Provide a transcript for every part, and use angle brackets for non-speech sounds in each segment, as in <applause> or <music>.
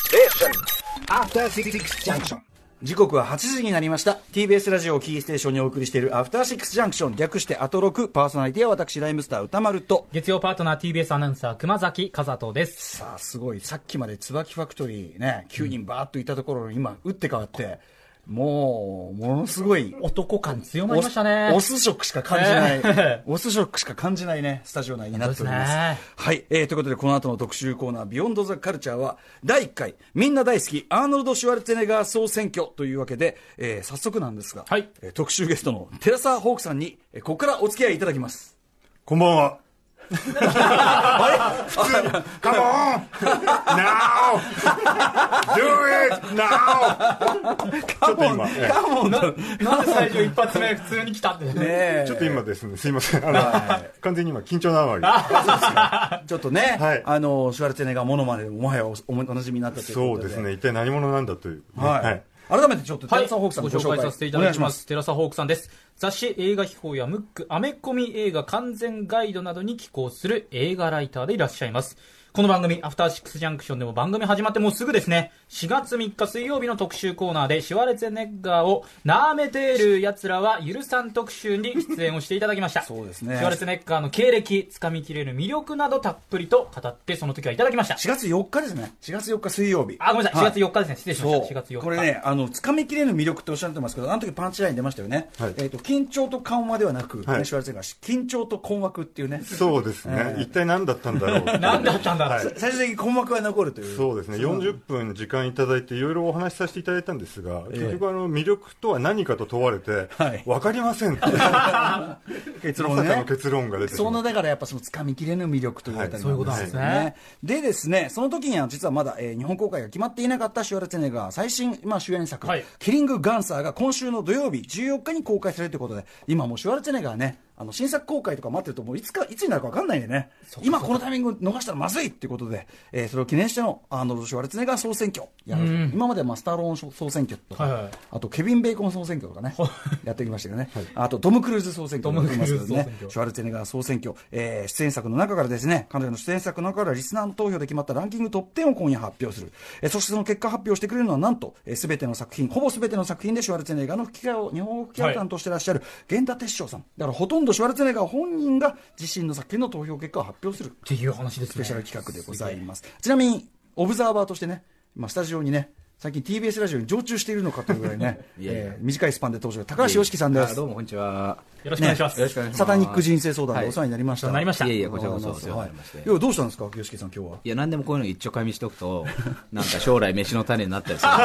Station. After Six Junction. 時刻は8時になりました TBS ラジオをキーステーションにお送りしている「アフターシックスジャンクション」略して「アトロク」パーソナリティは私ライムスター歌丸と月曜パートナー TBS アナウンサー熊崎和人ですさあすごいさっきまで椿ファクトリーね9人バーッといたところに今打って変わってもうものすごい男感強まおりましたねオス色しか感じない、えオス色しか感じないね、スタジオ内になっております。そうですねはい、えーということで、この後の特集コーナー、ビヨンドザカルチャーは、第1回、みんな大好き、アーノルド・シュワルツェネッガー総選挙というわけで、えー早速なんですが、はいえー特集ゲストのテラサ・ホークさんに、えーここからお付き合いいただきます。こんばんは。あれ普通、カモン !Now! Do it! Now! ちょっと今、ええななんで最初一発目普通に来たんだよねねえちょっと今ですね、すいません。あの、完全に今、緊張のあまり。ちょっとね、はいあのシュワルツェネッガーものまでもはやおおおなじみになったというそこうとでで。すね、一体何者なんだという。はい。改めてちょっとテはい、ラサ・ホークさんごのご紹紹介介させていたおだ願きします。テラサ・ホークさんです。雑誌、映画秘宝やムック、アメコミ映画完全ガイドなどに寄稿する映画ライターでいらっしゃいます。この番組、アフターシックスジャンクションでも番組始まってもうすぐですね、4月3日水曜日の特集コーナーで、シュワレツェネッガーをなめてる奴らは許さん特集に出演をしていただきました。そうですねシュワレツェネッガーの経歴、掴みきれる魅力などたっぷりと語って、その時はいただきました。 4月4日ですね。4月4日水曜日。あ、ごめんなさい、は4月4日ですね。失礼しました。4月そ4う日。これね、あの、つかみきれぬ魅力っておっしゃってますけど、あの時パンチライン出ましたよね。はいえっ、と、緊張と緩和ではなく、はいねシュワルツェネッガー緊張と困惑っていうね。そうですね、一体何だったんだろう。 <laughs> 何だったんだ、はい最終的に困惑が残るという。そうですね40分時間いただいていろいろお話しさせていただいたんですが、結局あの魅力とは何かと問われて、はい分かりま <laughs> せんってま結さかの結論が出てしそまのうだからやっぱそのつかみきれぬ魅力というあたりはいそういうことなんなんでですすよねね。でですね、その時には実はまだ、えー日本公開が決まっていなかったシュワルツェネッガー最新、まあ、主演作、はいキリング・ガンサーが今週の土曜日14日に公開されるということで、今もうシュワルツェネッガーね、あの新作公開とか待ってるともういつか、いつになるか分かんないんでね、今このタイミング逃したらまずいっていうことで、えーそれを記念してのアーノルド・シュワルツェネッガー総選挙やる、今まではまあスタローン総選挙とか、はいはいあとケビン・ベーコン総選挙とかね、やってきましたよね、あとトム・クルーズ総選挙とかやってますけどトムクルねーズ総選挙、シュワルツェネッガー総選挙、えー出演作の中からですね、彼女の出演作の中からリスナーの投票で決まったランキングトップ10を今夜発表する。えーそしてその結果発表してくれるのはなんと、す、えー、べ、ての作品、ほぼすべての作品でシュワルツェネッガーの吹き替えを、日本語吹き替えを担当してらっしゃる、源田鉄章さん。だからほとんどシュワルツェネッガー本人が自身の作品の投票結果を発表するっていう話ですスペね。シャル企画でございます。ちなみに、オブザーバーとしてね、まあ、スタジオにね、最近 TBS ラジオに常駐しているのかという <laughs> ぐらいね、えー短いスパンで登場、高橋良樹さんです。あどうもこんにちは。よろしくお願いします。よろしくお願いします。サタニック人生相談はでいお世話になりました。お世話になりましたいえいえ、こちらこそお世話にはないりまして。。いやどうしたんですか、吉木さん、今日はいや、何でもこういうの一丁かみしとくと、なんか将来飯の種になったりするか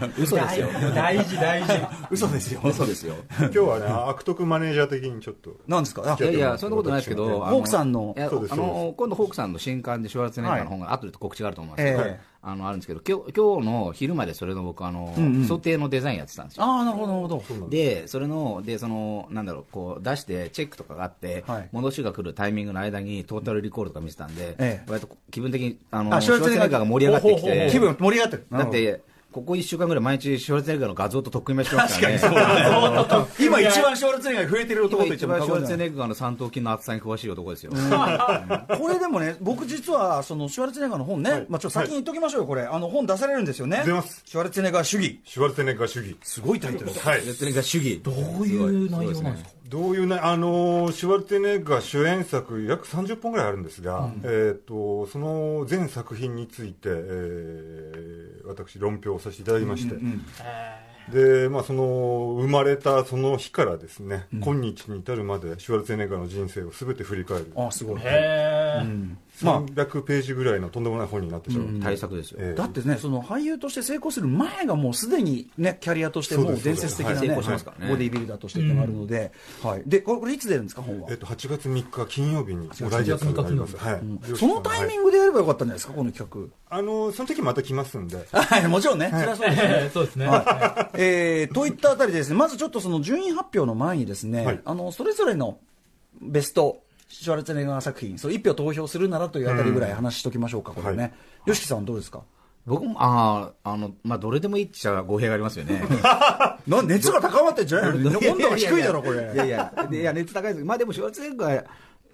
ら。 <laughs> 嘘ですよ。 <laughs> 大事、大事。嘘ですよ。嘘ですよ。今日はね悪徳マネージャー的にちょっとなんですか。あいやいや、そんなことないですけど、あホークさんのいやそうですあそうの、今度ホークさんの新刊でシュワルツェネッガーの本が、後で告知があると思うんですけどええ、あの、あるんですけど、今日今日の昼までそれの僕、あの、想定のデザインやってたんですよ。ああ、なるほど、なるほど。で、それの、で、その、なんだろう、こう、出して、チェックとかがあって、はい戻しが来るタイミングの間に、トータルリコールとか見てたんで、ええ割と気分的に、あの、あシュワルツェネッガーが盛り上がってきほうほうほて、う気分盛り上がってる。だっなるて、ここ1週間ぐらい毎日、シュワルツェネッガーの画像と特訓してますからね。ほど、今一番ショールツェネッガーが増えてる男今と言って一も番過シュワ言ルじツェゃなネい。ッガーの三頭筋の厚さに詳しい男ですよ。これでもね、僕実はそのシュワルツェネッガーの本ね、まあちょっと先に言っときましょうよ、これ。あの本出されるんですよね。出ますシュワルツェネッガー主義。シュワルツェネッガー主義すごいタイトルです。はいシュワルツェネッガー主義。どうこういう内容なんですかどういうねあのーシュワルツェネッガー主演作約30本ぐらいあるんですが、えっとその全作品について、えー私論評をさせていただきまして、でまあ、その生まれたその日からですね、今日に至るまでシュワルツェネッガーの人生を全て振り返るああ、すごい。へー300ページぐらいのとんでもない本になってしまう、対策ですよ。えーだってね、その俳優として成功する前がもうすでにね、キャリアとしてそもううです伝説的なそうですね、はいボ成功してますからねディービルダーとしてってのがあるので、はい。で、これこれいつ出るんですか、本はえっ。と、8月3日金曜日に、もう来8月月3日あります。はい。そのタイミグングでやればよかったんじゃないですか、この企あの、その時また来ますんで。画。 <laughs> はい、もちろんね。それはそうですね。えーそうですね。はいえーといったあたりでですね、まずちょっとその順位発表の前にですね、はいあのそれぞれのベストシュワルツェネッガー作品、それ一票投票するならというあたりぐらい話しときましょうか、これはね。よしきさんはどうですか。僕も、ああ、あの、まあ、どれでもいいっちゃ語弊がありますよ <laughs> ね。な熱が高まってんじゃないの。温度が低いだろこいやれ。いや、でいや熱高いですまあでも、シュワルツェネッガー、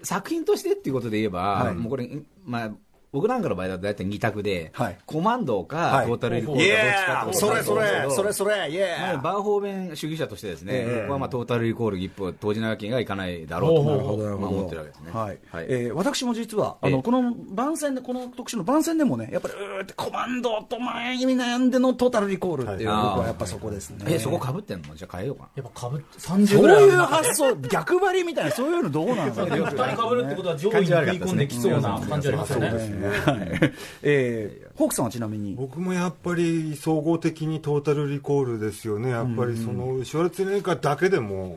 作品としてっていうことで言えば、もうこれ、まあ、僕なんかの場合だと大体2択で、はいコマンドか、はいトータルリコイールエかーどっちそかれってそことだとれ思うんですけどそれそれイエまあーバーホーベン主義者としてですね、ええ僕はまあトータルイコール一歩投じないわけにはいかないだろうとなるほど、なるまあほど。思ってるわけですね。はい。はいえー私も実は、あえの、えこの番宣で、この特集の番宣でもね、やっぱり、うーってコマンドと前に悩んでのトータルリコールっていう、はい僕はやっぱそこですね。えそこかぶってんのじゃあ変えようかやっぱかぶって30そうぐらいあいるうな発想、逆張りみたいな、そういうのどうなんですかね。 2人かぶるってことは上位に食い込んできそうな感じありますよねはいえーホークさんはちなみに、僕もやっぱり総合的にトータルリコールですよね、やっぱりそのシュワルツェネッガーだけでも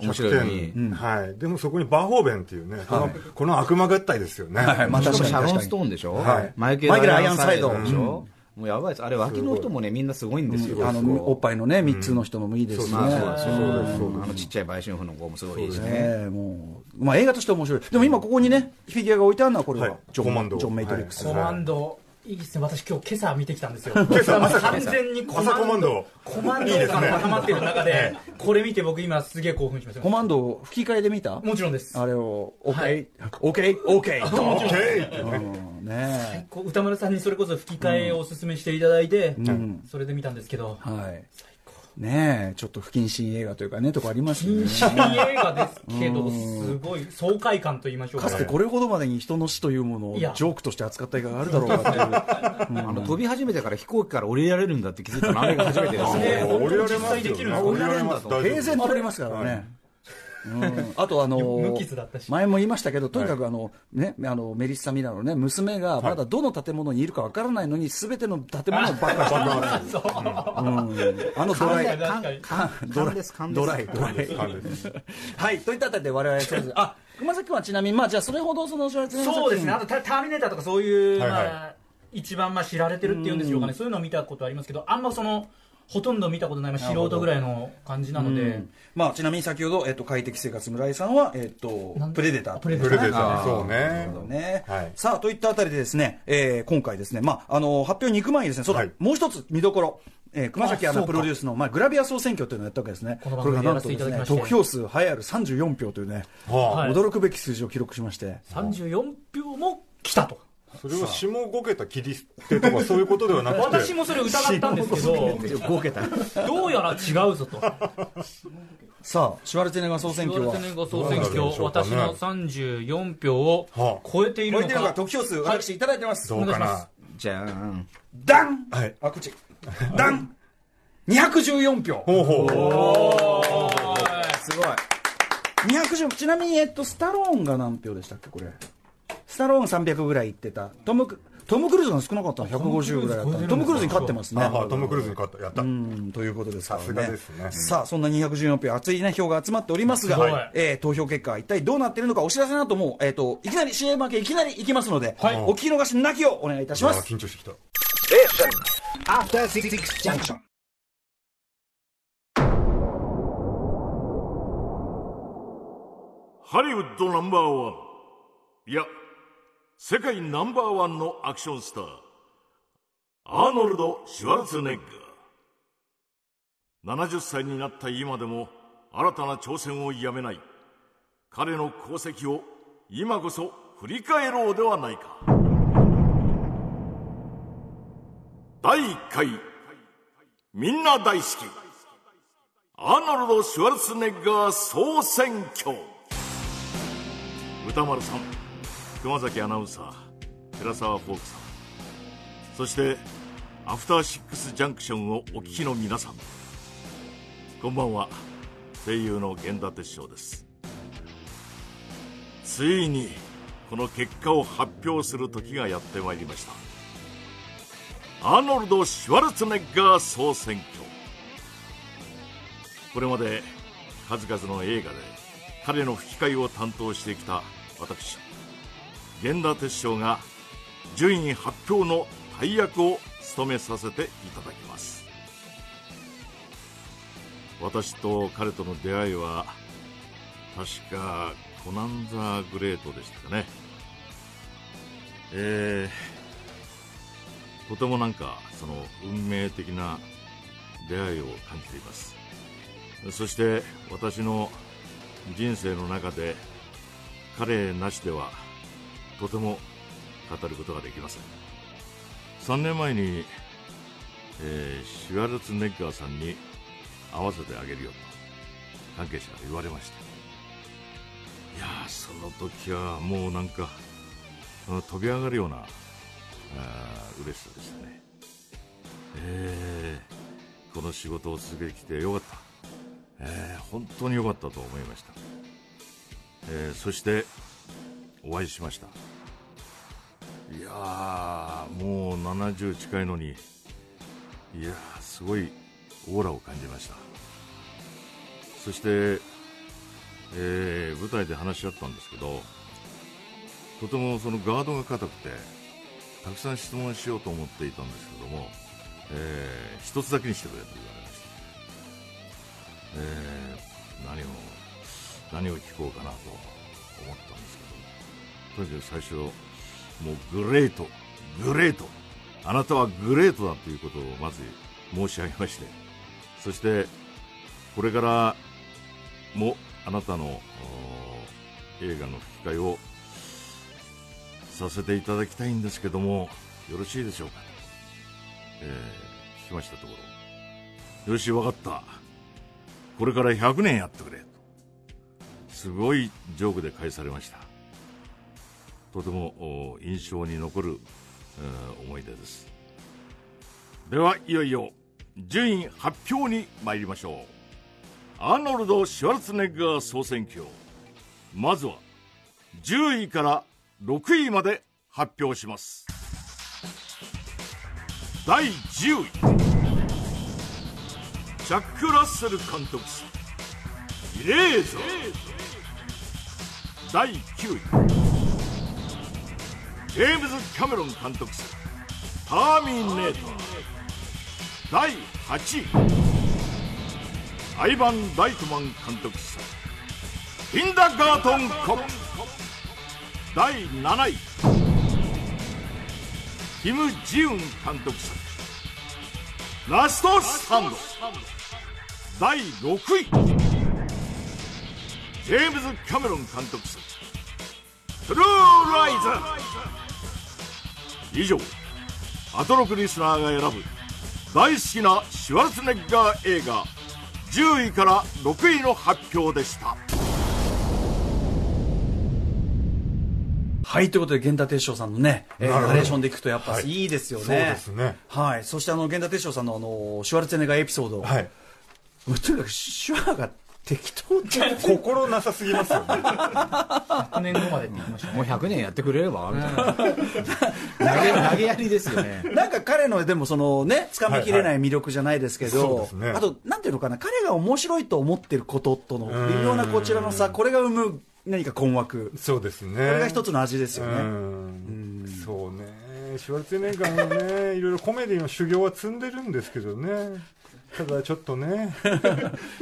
面白いのに100点、はい、でもそこにバーホーベンっていうね、このこの悪魔合体ですよね、いまあな。確しかかもシにャロンストーンでしょ、はいマイケル・マイケルアイアンサイドアイアンでサイドしょ、もうやばいです。あれ、脇の人もね、みんなすごいんですよ。あの、おっぱいのね、三つの人のもいいですしね。まあ、そうですうんそうですそうですあのちっちゃい売春婦の子もすごいいいしね。ねえもう、まあ映画としては面白い。でも今ここにね、フィギュアが置いてあるのは、これは、はいジョン・コマンドジョン・メイトリックス。はコいマンドいいですね私今日今朝見てきたんですよ今朝完全にコ朝コママンンドドコマンド感が高まってる中でこれ見て僕今すげえ興奮しましたコマンドを吹き替えで見たもちろんですあれを、オはーいケー、オーケー、オーケ <laughs> ーと。オッケーってうんねこう歌丸さんにそれこそ吹き替えをおすすめしていただいて、んそれで見たんですけど、え。はい。ねえ、ちょっと不謹慎映画というかね、とこありますよ禁ね。止映画ですけど、すごい爽快感と言いましょうかつてこれほどまでに人の死というものをいジョやークとして扱った映画があるだろうかあの飛び始めてから飛行機から降りられるんだって気づいたの、あれが初めてですね。ね降りられますよ実際できるんでねす降りられますとい大う。平丈然夫とありますからね。うん、あとあの無傷だったし前も言いましたけど、とにかくあの、ね、あのメリッサ・ミラーの、ね、娘がまだどの建物にいるかわからないのに、すべての建物をばっかりしてる、そう、うんあのドライ、確かにドライ、勘ドライ、ドライ。はい、といったあたりで我々そうです、あ、熊崎君はちなみに、まあ、じゃあそれほどその、そうそうですね、あとタターミネーターとかそういう、はいはいまあ、一番まあ知られてるっていうんですよかね、そういうのを見たことありますけど、あんまその、ほとんど見たことない、まあ、素人ぐらいの感じなのうでん、まあ、ちなみに先ほど、えっと、快適生活村井さんは、えっとなん、プレデタープレプレデター、そうなるねほど。ねはいさあといったあたりでですね、えー今回ですね、まあ、あの発表に行く前にですねそうだ、はいもう一つ見どころ、えー熊崎アあナそうかプロデュースの、まあ、グラビア総選挙というのをやったわけですねこの番これがなん組でやらとせてでいたすだきねまして得票数栄えある34票というね、ははい驚くべき数字を記録しまして34票も来たと。あそれは下5桁切り捨てとかそういうことではなくて私もそれ疑ったんですけど、 5桁。どうやら違うぞと。さあシュワルツェネッガー総選言わ挙れはてね総選挙、どうなるんでしょうかね私の34票をはあ超えている超えのてるかか。得票数私いただいてます、どうかお願いしますな。じゃん。ダン、はいあ口ダン214票ほうほうすごい。 210ちなみに、えっと、スタローンが何票でしたっけこれスタローン300ぐらいいってたトムクトム・クルーズが少なかったの150ぐらいだったのトトム・ムククルーズルーズに勝にっ勝っててますねああトム・クルーズに勝ったやった、うんということですからねさすがですねさあそんな214票熱い、ね、票が集まっておりますがすごいえー投票結果一体どうなっているのかお知らせなどもう、えー、といきなり CM 明けいきなりいきますので、はいお聞き逃しなきようお願いいたしあまあす緊張してきた After Six Junction. ハリウッドナンバーワン。いや、世界ナンバーワンのアクションスター。アーノルド・シュワルツェネッガー。70歳になった今でも新たな挑戦をやめない。彼の功績を今こそ振り返ろうではないか。第1回、みんな大好き。アーノルド・シュワルツェネッガー総選挙。歌丸さん熊崎アナウンサー寺澤ホークさんそしてアフターシックスジャンクションをお聞きの皆さんこんばんは声優の源田鉄章ですついにこの結果を発表する時がやってまいりましたアーノルド・シュワルツェネッガー総選挙これまで数々の映画で彼の吹き替えを担当してきた私源田鉄章が順位発表の大役を務めさせていただきます私と彼との出会いは確かコナンザグレートでしたかねえーとてもなんかその運命的な出会いを感じていますそして私の人生の中で彼なしではとても語ることができません3年前に、えーシュワルツェネッガーさんに会わせてあげるよと関係者が言われましたいやーその時はもうなんかあ飛び上がるようなあー嬉しさでしたねえーこの仕事を続けてきてよかった、えー本当によかったと思いました、えーそしてお会いしましたいやーもう70近いのにいやーすごいオーラを感じましたそして、えー舞台で話し合ったんですけどとてもそのガードが硬くてたくさん質問しようと思っていたんですけども、えー一つだけにしてくれと言われました、えー何を何を聞こうかなと思ったんですけどとにかく最初もうグレートグレートあなたはグレートだということをまず申し上げましてそしてこれからもあなたのお映画の吹き替えをさせていただきたいんですけどもよろしいでしょうか、えー聞きましたところよし分かったこれから100年やってくれすごいジョークで返されましたとてもお印象に残る、えー思い出ですではいよいよ順位発表に参りましょうアーノルド・シュワルツェネッガー総選挙まずは10位から6位まで発表します第10位ジャック・ラッセル監督作イレーザー第9位ジェームズ・キャメロン監督作ターミネーター第8位アイバン・ライトマン監督作キンダーガートン・コップ第7位キム・ジウン監督作「ラストスタンド」第6位ジェームズ・キャメロン監督作「トゥルー・ライズ」以上アトロクリスナーが選ぶ大好きなシュワルツェネッガー映画10位から6位の発表でしたはい、ということで、源田鉄章さんのね、えーなるほどナレーションで聞くと、やっぱはいいいですよね。そうですねはい、そしてあの源田鉄章さんのあのシュワルツェネッガーエピソード、はいもうとにかくシュワが適当で、心なさすぎますよね100年後までって言いましたねもう100年やってくれればみたいな投げ投げやりですよねなんか彼のでも、そのね、つかみきれない魅力じゃないですけど、はいはいそうですねあと、なんていうのかな、彼が面白いと思ってることとの微妙なこちらの差、これが生む何か困惑、 <laughs> そうですねこれが一つの味ですようね。んそうねシュワルツェネッガーもねいろいろコメディの修行は積んでるんですけどねただちょっ <laughs> とね、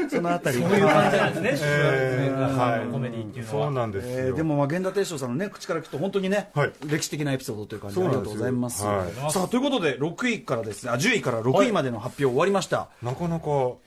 そのあたりそういう感じなんですね、シュワルツェネえッガーーさはんい、のコメディっていうのは。そうなんですよ、えーでも、まあ、源田鉄章さんのね、口から聞くと、本当にね、はい歴史的なエピソードという感じで、そあうりながとんでうごすよざいます。はさあ、ということで、6位からですね、あ、10位から6位までの発表終わりました。なかなか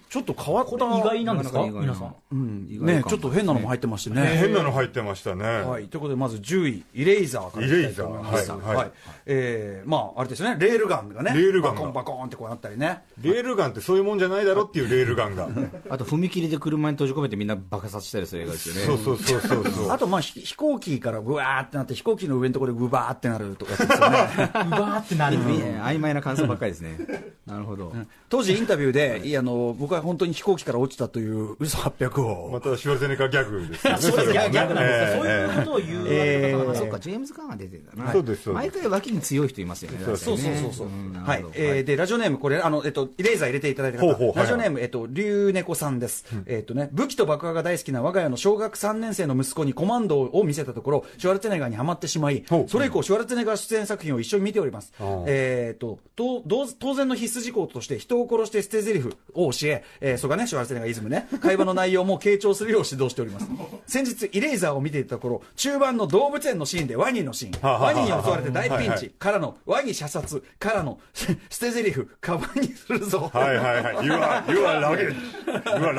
ちょっと変わった。意外なんですかなかなか意外な皆さん。うん意外ねかもちょっと変なのも入ってましてね。変なの入ってましたね、はい、ということで、まず10位、イレイザーからいきたいと思いますイレイザーははいはいはいいえーまあ、あれですね、レールガンがね、レールガンバがコンバコーンってこうなったりね、レールガンってそういうもんじゃないだろっていうレールガ <laughs> ンがあと踏切で車に閉じ込めてみんな爆殺したりする映画ですよねそうそうそうそうそうあと、まあ、ひ飛行機からぐわーってなって、飛行機の上のところでぐばーってなるとかですよね。 <laughs> うわーってなる。いいね曖昧な感想ばっかりですね <laughs> なるほど、当時インタビューで、いやあの僕は本当に飛行機から落ちたという嘘800まを、たシュワルツェネッガーギャグですよねそうですれねはね逆なんですよ。そうええいうことを言うわえけーだからそっかジェームズ・カーンが出てるんだなそうですそうです毎回脇に強い人いますよねそうそうだからねんなはるいほどえーでラジオネーム、これ、あのえっと、イレイザー入れていただいた方ほうほうはいラジオネーム、えっと、龍猫さんです、えっとね、武器と爆破が大好きな我が家の小学3年生の息子にコマンドを見せたところ、シュワルツェネッガーにはまってしまいほ、うそれ以降、シュワルツェネッガー出演作品を一緒に見ております、ああえっととどう当然の必須事項として、人を殺して捨て台詞を教え、えーそれがね、シュワルツェネッガーイズムね、会話の内容も傾聴するよう指導しており <laughs> ます、先日、イレイザーを見ていた頃中盤の動物園のシーンでワニのシーン、はあはあはワあニに襲われて大ピンはいはチい。からのワニ射殺からの <laughs> 捨て台詞カバンにするぞ、はいはいはい <laughs> You are, you are luggage You are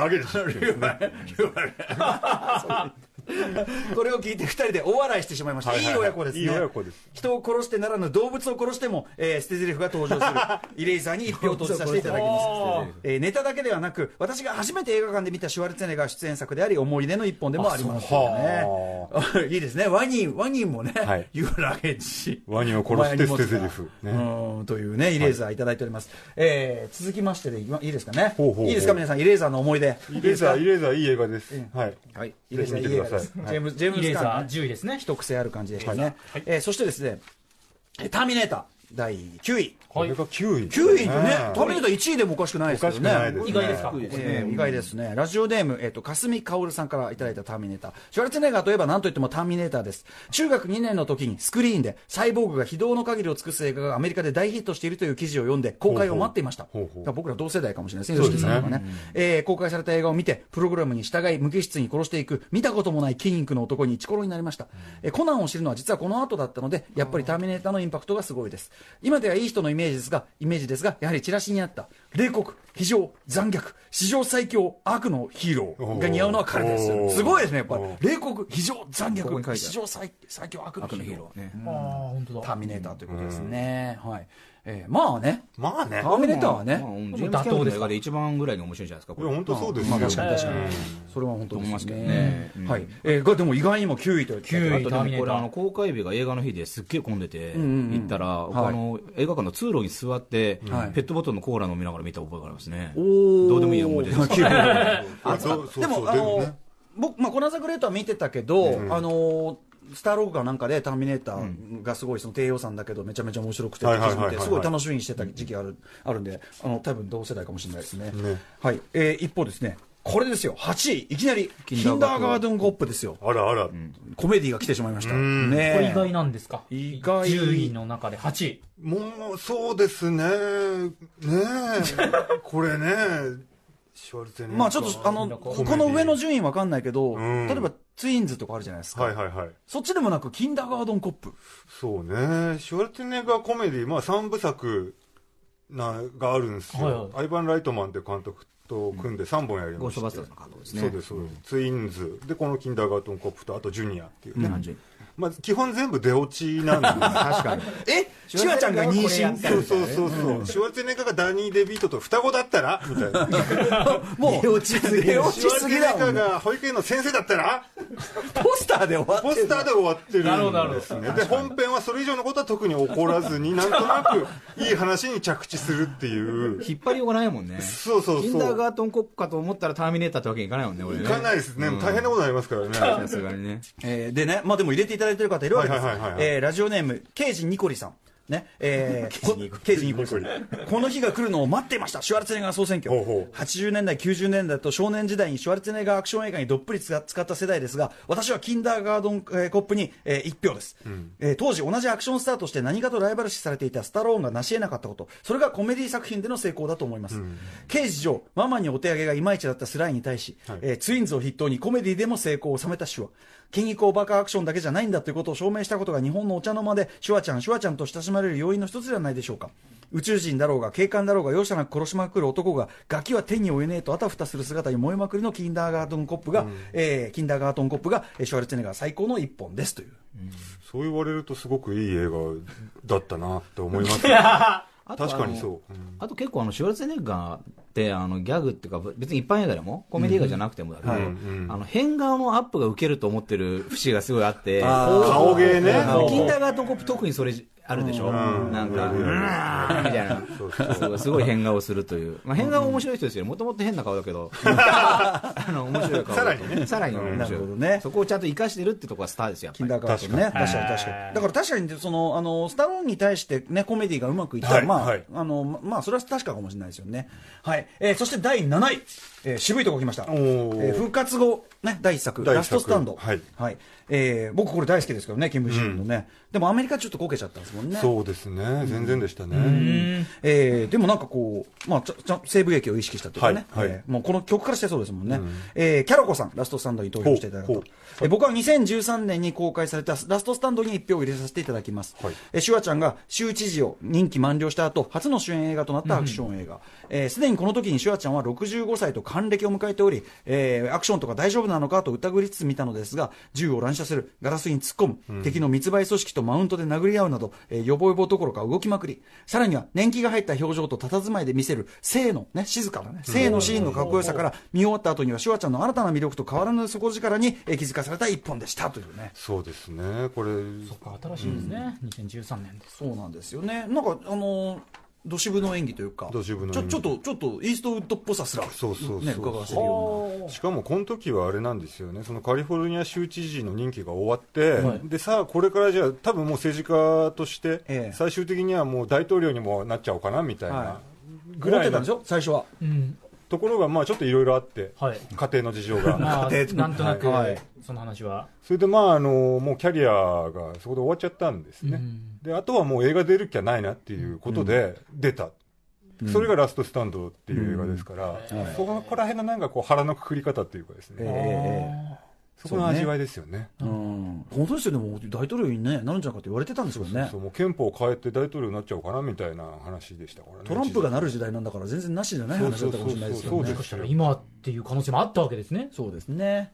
luggage <laughs> これを聞いて2人で大笑いしてしまいました、はいいいはいはい親子ですねいい親子です人を殺してならぬ動物を殺しても、えー捨て台詞が登場する <laughs> イレイザーに一票を投じさせていただきます、えーネタだけではなく私が初めて映画館で見たシュワルツェネッガー出演作であり思い出の一本でもありますよね <laughs> いいですねワニワニもね、 <laughs> はいユーラゲンジワニを殺して捨て台詞ねうんというねイレーザーいただいております、えー続きましてでいいですかねほうほうほういいですか皆さんイレーザーの思い出イレーザー、いイいですかレーザーいい映画です。はい。はいイレーザーいぜひい見て映く画ですださいジェームズ・ジェームイズレーガンザーね10位ですね。一癖ある感じでしたね、えーそしてですねえーターミネーター第9位これが9位。 9位ってね、ターミネーター1位でもおかしくないですけどねおかしくないです意外ですか。えー意外ですね、ラジオネーム、えー、と霞かおるさんからいただいたターミネーター、シュワルツェネッガーといえばなんといってもターミネーターです、中学2年の時にスクリーンでサイボーグが非道の限りを尽くす映画がアメリカで大ヒットしているという記事を読んで、公開を待っていました、ほうほうほうだから僕ら同世代かもしれないですね、吉木さんとかねえー公開された映画を見て、プログラムに従い、無機質に殺していく、見たこともない筋肉の男にイチコロになりました、えーコナンを知るのは実はこの後だったので、やっぱりターミネーターのインパクトがすごいです、今ではいい人のイメージですが、イメージですが、やはりチラシにあった、冷酷、非常、残虐、史上最強、悪のヒーローが似合うのは彼でおーす、すごいですね、やっぱりおー、冷酷、非常、残ここに書いてあ虐、る史上最最強、悪のヒーロー、ねああ、本タ当ーだ。ミネーターということですね、はいえーまあね、まあね。タいーや、ミネーターはね、まあジェームズキャメロンの映画で一番ぐらいに面白いんじゃないですか、これ。本当そうですまよ。あ確かに確かにうんそれは本当ですとよ思いねますけどねはいえーがでも意外にも9位という9あ位とターミでネもこータれあのー。公開日が映画の日ですっげえ混んでて、んうんうん行ったら、僕はいあの映画館の通路に座って、はいペットボトルのコーラ飲みながら見た覚えがありますね、ーどうでもいい思い出 <laughs> です9位あそうそうでそうも、あの、僕、まあ、コナザグレートは見てたけど、あの、スターローグかなんかで、ターミネーターがすごい、その低予算だけど、めちゃめちゃ面白くてはいはいはいはいって、すごい楽しみにしてた時期ある、あるんで、あの、多分同世代かもしれないですね。ねはい。えー一方ですね、これですよ、8位、いきなり、キキンダンーガダードーガードンコップですよ。あらあら。コメディが来てしまいました。んねえこれ意外なんですか。意外10位の中で8位。もう、そうですね。ねえ。これね。シュワルツェネッガーまあちょっと、あの、こコメデの上の順位わかんないけど、ん例えばツインズとかあるじゃないですか。はいはいはい。そっちでもなく、キンダーガードンコップ。そうね。シュワルツェネッガーコメディ、まあ3部作な、があるんですはいはいよ。アイヴァン・ライトマンって監督と組んで3本やりゴまースしたトバスターズの監督ですねそうです、そうです、ツインズ、で、このキンダーガートンコップと、あとジュニアっていうね、感じまあ、基本全部出落ちなんです確かに。えチワちゃんが妊娠そうそうそうそう、シュワルツェネッガーがダニー・デビートと双子だったらみたいな、もう、出落ちすぎシュワルツェネッガーが保育園の先生だったら、ポスターで終わポ <laughs> スターで終わってるなるほどなるほんどですね、で本編はそれ以上のことは特に起こらずに、なんとなくいい話に着地するっていう、引っ張りようがないもんねそうそうキンダーそう、ガートンコップかと思ったらターミネーターってわけにいかないもんね俺いねかないですね、うん大変なことになりますからね。さすがにねえーでね、まあでも入れていただいてる方いるわけですよはいはいはいはいはいえーラジオネーム、ケージニコリさん。ね、えー、こケージニコリさん。この日が来るのを待っていました。シュワルツェネッガー総選挙。ほうほう80年代、90年代と少年時代にシュワルツェネッガーアクション映画にどっぷり使使った世代ですが、私はキンダーガードン、えーコップに、え1票です、えー当時同じアクションスターとして何かとライバル視されていたスタローンが成し得なかったこと、それがコメディ作品での成功だと思います。刑事上、ママにお手上げがいまいちだったスライに対し、はいえーツインズを筆頭にコメディでも成功を収めた手話。筋肉をバカアクションだけじゃないんだということを証明したことが日本のお茶の間で、シュワちゃん、シュワちゃんと親しまれる要因の一つではないでしょうか。宇宙人だろうが、警官だろうが、容赦なく殺しまくる男が、ガキは手に負えねえとあたふたする姿に燃えまくりのキンダーガートンコップが、えーキンダーガートンコップが、えーシュワルツェネッガー最高の一本ですという。そう言われるとすごくいい映画だったなって思いますあとあの確かにそう、うんあと結構あのシュワルツェネッガーってあのギャグっていうか別に一般映画でもコメディ映画じゃなくてもだけど、あの変顔のアップが受けると思ってる節がすごいあって顔芸ねあのキンダーガートンコップ特にそれあるでしょ、なんか、うーんみたいなそうすごいすごい変顔をするという、まあ、変顔面白い人ですよもともと変な顔だけ <laughs> どあの面白い顔さらにねさらに面なる白い、ほどねそこをちゃんと生かしてるってとこはスターですよやっぱキンりダーガートンね。確かに確かに。だから確かに、その、あの、スタローンに対してね、コメディがうまくいったら、はいまあ、はいあの、ままあ、それは確かかもしれないですよね。はい。えーそして第7位。えー渋いとこ来ました。えーー復活後、ね、第1作、第一作ラストスタンド。はいえー僕これ大好きですけどね、キム・ジンのね。でもアメリカちょっとこけちゃったんです、もんね。そうですね、全然でしたね。えーでもなんかこう、まあ、ちょちょ西部劇を意識したというかね、はいはいえーもうこの曲からしてそうですもんね、えーキャロコさん、ラストスタンドに投票していただいたほとうほ、えー僕は2013年に公開されたラストスタンドに1票を入れさせていただきます、はいえーシュワちゃんが州知事を任期満了した後初の主演映画となったアクション映画、えーすで、にこの時にシュワちゃんは65歳と還暦を迎えており、えーアクションとか大丈夫なのかと疑りつつ見たのですが、銃を乱射する、ガラスに突っ込む、敵の密売組織とマウントで殴り合うなど、えーよぼよぼどころか動きまくり、さらには年季が入った表情と佇まいで見せる、性の、ね、静かなね、性のシーンのかっこよさから、見終わった後にはシュワちゃんの新たな魅力と変わらぬ底力にえー気づかされた一本でしたというね。そうですね、これ、新しいですね、2013年ですそうなんですよね。なんか、あのードシブの演技というか、ドシブのちょ演技ちょっと、ちょっと、イーストウッドっぽさすら、そうそうそうね、伺わせるような。しかもこの時はあれなんですよね、そのカリフォルニア州知事の任期が終わって、でさあ、これからじゃあ、多分もう政治家として、ええ最終的にはもう大統領にもなっちゃおうかなみたいはなぐ思っらていたのんでしょ最初は。うんところが、まあちょっといろいろあって、はい家庭の事情が。まあ家庭となんとなく、はいその話はそれでまああのもうキャリアがそこで終わっちゃったんですうね、んであとはもう映画出るきゃないなっていうことで出た、それが「ラストスタンド」っていう映画ですから、そこら辺のなんかこう腹のくくり方っていうかですね、ええそこの味わいですよねええうん本当ですよ、でも大統領に、ね、なるんじゃないかって言われてたんですよねそう。もう憲法を変えて大統領になっちゃおうかなみたいな話でしたからねトランプがなる時代なんだから、全然なしじゃない話だったかもしれないですよそうでねす。もしかしたら今っていう可能性もあったわけですねそうですね。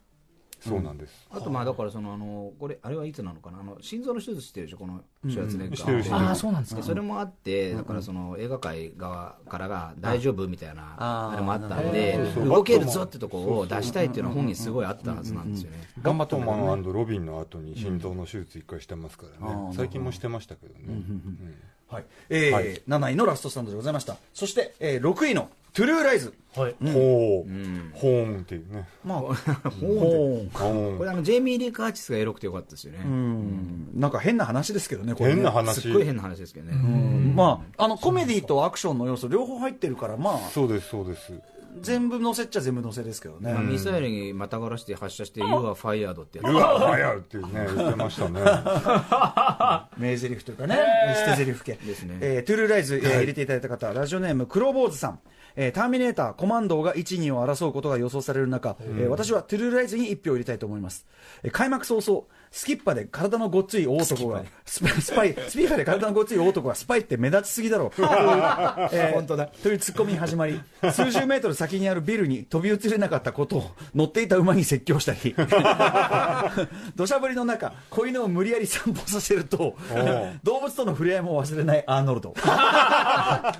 そうなんです、あとまあだからそのあのこれあれはいつなのかなあの心臓の手術してるでしょこのシュワルツェネッガーしてるしてるああそうなんですでかそれもあってだからその映画界側からが大丈夫みたいなあーあれもあったんでそうそう動けるぞってとこを出したいっていうのは本人すごいあったはずなんですよね頑張っトたんだマけどねンロビンの後に心臓の手術一回してますからね、最近もしてましたけどね、うんはい。えーはい7位のラストスタンドでございました。そして、えー6位のトゥルーライズ。はいほう、ホーンっていうね <laughs> まあ、ほーんホーンこれあのジェイミー・リー・カーチスがエロくてよかったですよねうんなんか変な話ですけどね、これね変なす話っごい変な話ですけどうねんまあ、あの、コメディとアクションの要素両方入ってるから、まあ、そうですそうです全部乗せっちゃ全部乗せですけどね。まあミサイルにまたがらして発射して「You are fired」ってやつうわ早いっていうね言ってましたね名台詞というかね、捨て台詞系ですねえートゥルーライズ、えー入れていただいた方、ラジオネーム、黒坊主さん。えーターミネーター、コマンドーが1、2を争うことが予想される中、えー私はトゥルーライズに1票を入れたいと思います。えー開幕早々、スキッパで体のごっつい大男が、スパイ、スパイ、スピーカーで体のごっつい大男がスパイって目立ちすぎだろう。 <laughs> 本当だ。というツッコミに始まり、数十メートル先にあるビルに飛び移れなかったことを乗っていた馬に説教した <laughs> り、土砂降りの中、子犬を無理やり散歩させると、動物との触れ合いも忘れないアーノル <laughs> ド。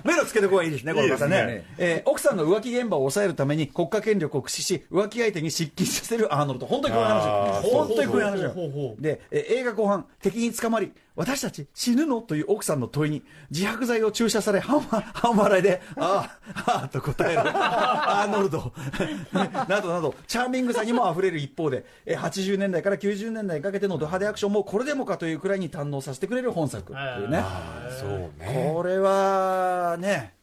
目の付けどころがいいですね、この方ねえー奥さんの浮気現場を抑えるために国家権力を駆使し、浮気相手に失禁させるアーノルド。本当にこういう話あ。ー本当にこういう話よほうほうほうほうで、えー映画後半、敵に捕まり、私たち死ぬのという奥さんの問いに、自白剤を注射され、半笑 <laughs> 半笑いで、ああ、ああと答える、 <laughs> アーノルド、 <laughs> などなど、チャーミングさにも溢れる一方で、えー80年代から90年代にかけてのド派手アクションもこれでもかというくらいに堪能させてくれる本作というね。そうねこれはね、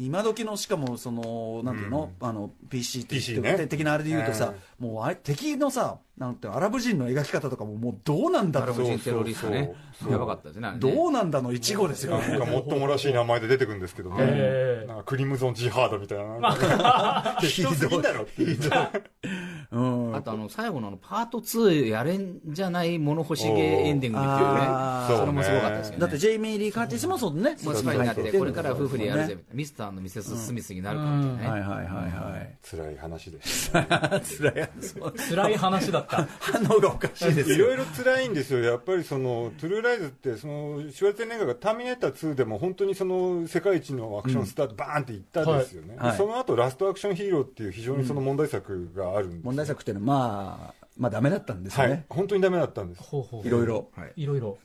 今時のしかもその、なんていうの、あの PC っていう PC かね的なあれで言うとさ、もうあれ敵のさ、なんていうのアラブ人の描き方とかも、もうどうなんだアラろブう、人テロリストねそうそうそうやばかったですねあれねどうなんだの一号ですよね。なんかもっともらしい名前で出てくるんですけどえねえなんかクリムゾンジハードみたいななんか適当すぎんだろっていううんあとあの最後のあのパート2やれんじゃない物欲しげエンディングっていうねあーそれもすごかったですよねだってジェイミー・リー・カーティスもそうね、もうスパイになってこれから夫婦でやるぜねみたいなミスターのミセス・スミスになるかみたいなはねいはいはいはい。辛い話でした <laughs> 辛い話。辛い話だった反応がおかしいですいよろい。ろ辛いんですよ、やっぱりそのトゥルーライズって、そのシュワルツェネッガーがターミネーター2でも本当にその世界一のアクションスターでバーンっていったんですよね、はいはいその後ラストアクションヒーローっていう非常にその問題作があるんです、問題作っていうのは、まあ、まあダメだったんですよはいね、。本当にダメだったんです、ほうほういろいろ。いろいろ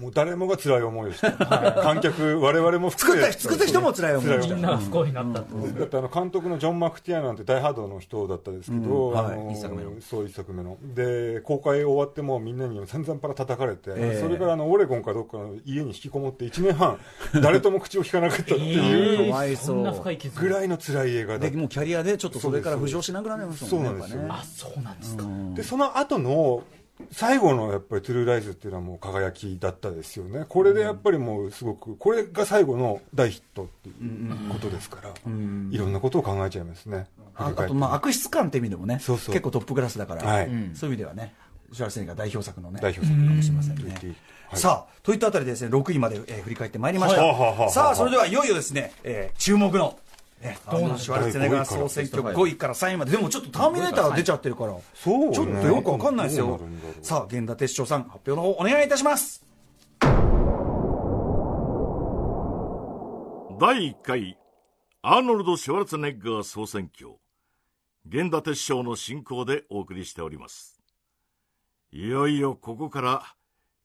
もう誰もが辛い思いをした、観客、我々も含作っめた作った人も辛い思いをしみたんなが不幸になったってことだってあの監督のジョン・マクティアなんて、大ハードの人だったですけど、うんはいあの一作目のそう、一作目の、で、公開終わっても、みんなに散々から叩かれて、ええそれからあのオレゴンかどっかの家に引きこもって、1年半、誰とも口を聞かなかったって <laughs> いうかわいそうそんな深い傷ぐらいの辛い映画だでったもうキャリアでちょっとそれから浮上しなくなりましたもんね、そうでやすっぱねあそうなんですかでその後の最後のやっぱりトゥルーライズっていうのはもう輝きだったですよね。これでやっぱりもうすごく、これが最後の大ヒットっていうことですから、いろんなことを考えちゃいますね。あ振りあ返ってと、まあ、悪質感って意味でもね、そうそう結構トップクラスだから、はいそういう意味ではね、シュワルツェネッガー代表作のね、代表作かもしれません言ねっていい。はいさあ、といったあたりでです、ね、6位まで、えー振り返ってまいりました、はいはあはあはあさあ、それではいよいよですね、えー注目の、ね、アーノルドシュワルツェネッガー総選挙第5位から3位まで、でもちょっとターミネーターが出ちゃってるから、そうねちょっとよくわかんないですどうよなるんだろう、さあ、源田鉄章さん、発表の方、お願いいたします。第1回アーノルド・シュワルツェネッガー総選挙源田鉄章の進行でお送りしておりますいよいよここから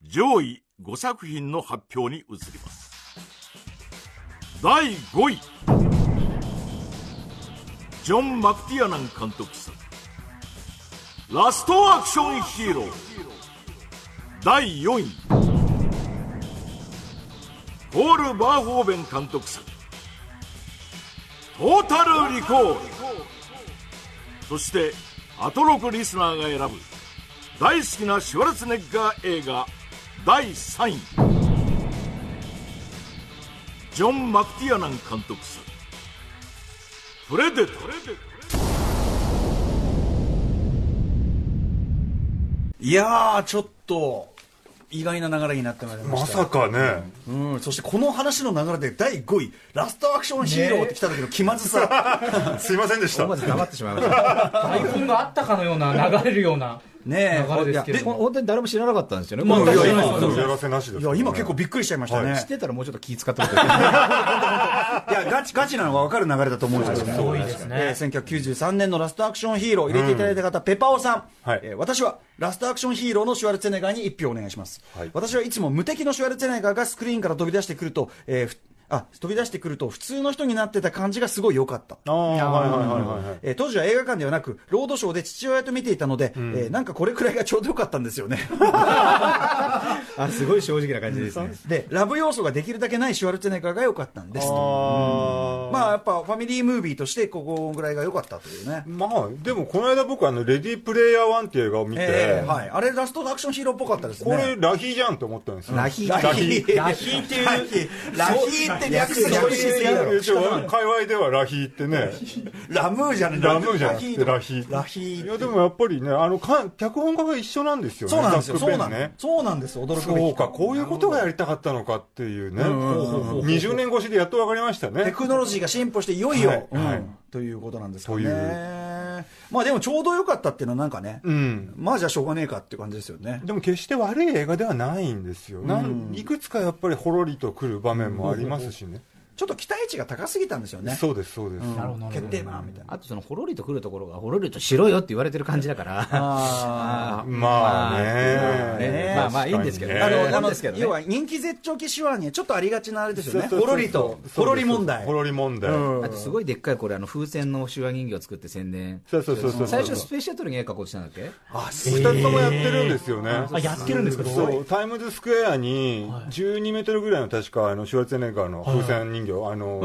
上位5作品の発表に移ります第5位ジョン・マクティアナン監督作ラストアクションヒーロー第4位ポール・バーホーベン監督作「トータル・リコール」そしてアトロクリスナーが選ぶ大好きなシュワルツェネッガー映画第3位ジョン・マクティアナン監督作「プレデター」いやー、ちょっと、意外な流れになってまいりまました。さかね、うん、そしてこの話の流れで第5位、ラストアクションヒーローって来た時の気まずさ、すいませんでした。思わず黙ってしまいました。台本があったかのような流れるようなねえ流れですけでども本当に誰も知らなかったんですよね。まあこの確かにいや今やらせなしですいよや、ね、今結構びっくりしちゃいましたね。知ってたらもうちょっと気使ってましたいや、ガチガチなのが分かる流れだと思うんですけど、そうですねえー1993年のラストアクションヒーロー、入れていただいた方、ペパオさん、はいえー私はラストアクションヒーローのシュワルツェネッガーに一票お願いします、はい私はいつも無敵のシュワルツェネッガーがスクリーンから飛び出してくると、えーふあ飛び出してくると普通の人になってた感じがすごい良かったああ、はいはいはいはい。えー当時は映画館ではなくロードショーで父親と見ていたので、えーなんかこれくらいがちょうどよかったんですよねあすごい正直な感じですね。でラブ要素ができるだけないシュワルツェネッガーが良かったんですあまあやっぱファミリームービーとしてここぐらいが良かったというねまあ、でもこの間僕あの、レディープレイヤー1っていう映画を見て、ええはい、あれラストアクションヒーローっぽかったですねこれラヒじゃんと思ったんですよ。ラヒラヒーラヒーっていうラヒーって略す略しすぎだろ一応界隈ではラヒってね、ラムーじゃねえラムじゃなくてラヒ。ラヒいーや、でもやっぱりね、あの、か脚本家が一緒なんですよね。そうなんですよザそうックなペんンね。そうなんです驚くべきそうか、こういうことがやりたかったのかっていうね。20年越しでやっと分かりましたテね。クノロジーが進歩していよいよ、はいはいうんということなんですかというねまあでもちょうど良かったっていうのはなんかね、うん。まあじゃあしょうがねえかっていう感じですよねでも決して悪い映画ではないんですよ。なんいくつかやっぱりほろりとくる場面もありますしね。ちょっと期待値が高すぎたんですよねそうです、そうです。なるほどなるほ決ど定版みたいなあとそのほろりと来るところがほろりとしろよって言われてる感じだから。あーまあねねまあまあいいんですけど。確あかにねの、いいあんのですけどね要は人気絶頂期手腕にはちょっとありがちなあれですよね。そうそうそうほろりと、ほろり問題ほ。ろり問題。あとすごいでっかいこれあの風船の手話人形を作って宣伝。そうそうそうそう。最初スペースシャトルに絵描こうとしたんだっけあ、す二つともやってるんですよね。あやってるんですけどそう、タイムズスクエアに12メートルぐらいの確か、あの、シュワルツェネッガーの風船人形、あの、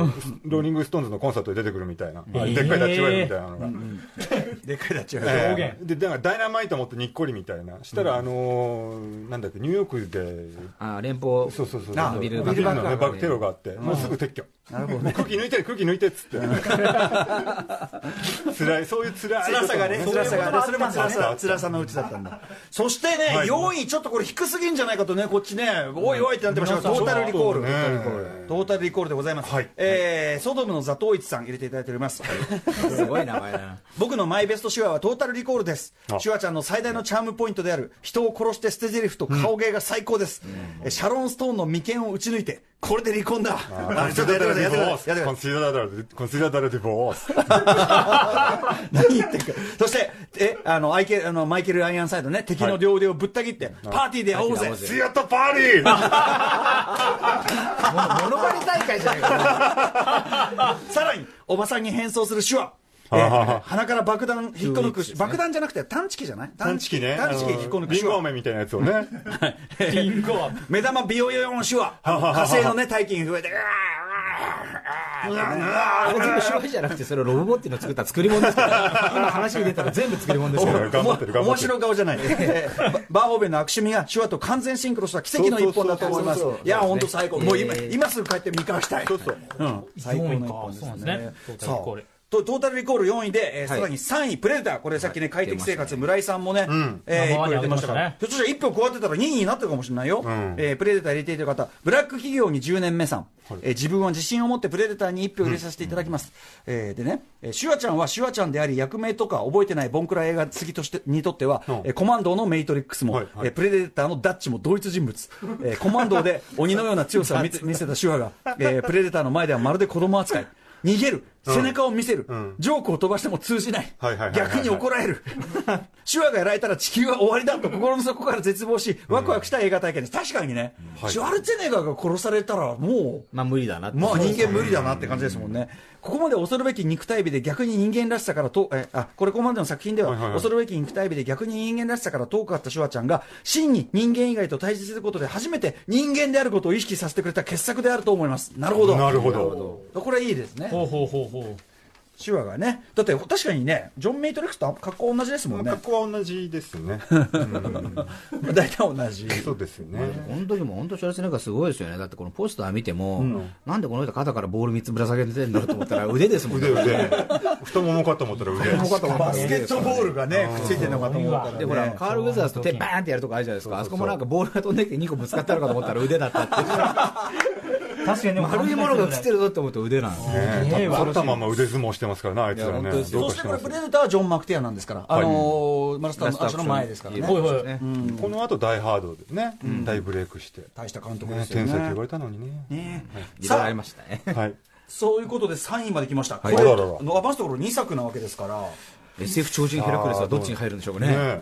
ローリングストーンズのコンサートで出てくるみたいな、あれでっかいダッチワイルみたいなのが。でかいだっちゅうよええ表現で、だからダイナマイト持ってにっこりみたいな。したら、あのー、なんだっけ、ニューヨークで、あ連邦。そうそうそう、あのビルの爆破ね、爆テロがあって、もうすぐ撤去。なるほどね。空気抜いて、空気抜いて <laughs> っつって。辛い、そういう辛いことも。辛さがね、そう辛さがね、それも辛あさっ、た辛さのうちだったんだ。そしてね、4位、ちょっとこれ低すぎんじゃないかとね、こっちね、おいおいってなってましたけど、トータルリコール。ねえトータルリコールでございます。はいえーソドムのザトウイチさん入れていただいております。すごい名前だな。僕のマイベスト手話はトータルリコールですあ手話ちゃんの最大のチャームポイントである人を殺して捨て台詞と顔芸が最高です、えシャロン・ストーンの眉間を打ち抜いてこれで離婚だコあンちシょっダとやダってラくださいデやィってくだボさーいやってス。くコださいンシダダラデコンシダダラディボース。何言ってるかそしてえあのアイケあのマイケル・アイアンサイドね敵の両腕をぶった切って、パーティーで会おうぜシアトパーリー物語大会じゃないか。さらにおばさんに変装する手話えははは鼻から爆弾引っこ抜く、爆弾じゃなくて探知機じゃない探知機ね。探知機引っこ抜くビン手ゴ話飴みたいなやつをね。リンゴは目玉美容用の手話あの火星のね大金増えてうわーうわあれ全部白いじゃなくて、それロボボっていうのを作った作り物ですから、今話に出たら全部作り物ですから。頑張ってる、頑張面ってる。白い顔じゃない。えーババーホーベンの悪趣味が手話と完全シンクロした奇跡の一本だと思います。いそうそうそうそうや、本当最高。もう今、えー今すぐ帰って見返したい。そうそう。うん、最高の一本ですそうなんですねね。トータルリコールさあとトータルリコール4位で、えーはいさらに3位、プレデター、これ、さっきね、快適生活、村井さんもね、えー、1票生々しい入れてましたから、ひょっとしたら1票加わってたら2位になってるかもしれないよ、んえープレデター入れている方、ブラック企業に10年目さん、えー自分は自信を持ってプレデターに1票入れさせていただきます、えーでね、えーシュワちゃんはシュワちゃんであり、役名とか覚えてないボンクラ映画好きとしてにとっては、んえーコマンドーのメイトリックスも、はいはいえープレデターのダッチも同一人物、えーコマンドー <laughs> で鬼のような強さを見つ見せた手話が、えープレデターの前ではまるで子供扱い。逃げる、背中を見せる、んジョークを飛ばしても通じないはいはいはい、はいはい逆に怒られる、手話がやられたら地球は終わりだと心の底から絶望し、ワクワクした映画体験です、確かにね、シュワルツェネッガーが殺されたら、もうまあ無理だなって。まあ人間無理だなって感じですもんね、ここまで恐るべき肉体美で逆に人間らしさからとえあこれここまでの作品では、はいはいはい恐るべき肉体美で逆に人間らしさから遠かったシュワちゃんが真に人間以外と対峙することで初めて人間であることを意識させてくれた傑作であると思いますなるほどなるほど。これはいいですねほうほうほうほ手話がねだって確かにねジョン・メイトリックスと格好同じですもんね格好は同じですね。 <laughs> 大体同じそうですよね。本当にもう本当シュワルツェネッガーすごいですよね。だってこのポスター見ても、なんでこの人肩からボール3つぶら下げてんだろうと思ったら腕ですもん腕ね。 <laughs> 腕。太ももかと思ったら腕。バスケットボールがねくっついてるのかと思ったらねでほら、カール・ウェザーズと手バーンってやるとこあるじゃないですか、あそこもなんかボールが飛んできて2個ぶつかってあるかと思ったら腕だったっていう、う確かにでも丸いものが映ってるぞって思うと腕なんですね。ねねえ立ったまま腕相撲してますからな、あいつらいや本ね。当ですよどそうかしこれしててますプレデターはジョン・マクティアンなんですから、あのーマラスターのアシュの前ですからねほいほいこの後、大ハードでね、大ブレイクして。大した監督でねすよ天ね才と言われたのにね。ねいろいろさありあましたね。はい。そういうことで3位まで来ました、いこれあららら伸ばすところ2作なわけですから SF 超人ヘラクレスはどっちに入るんでしょうかね。ね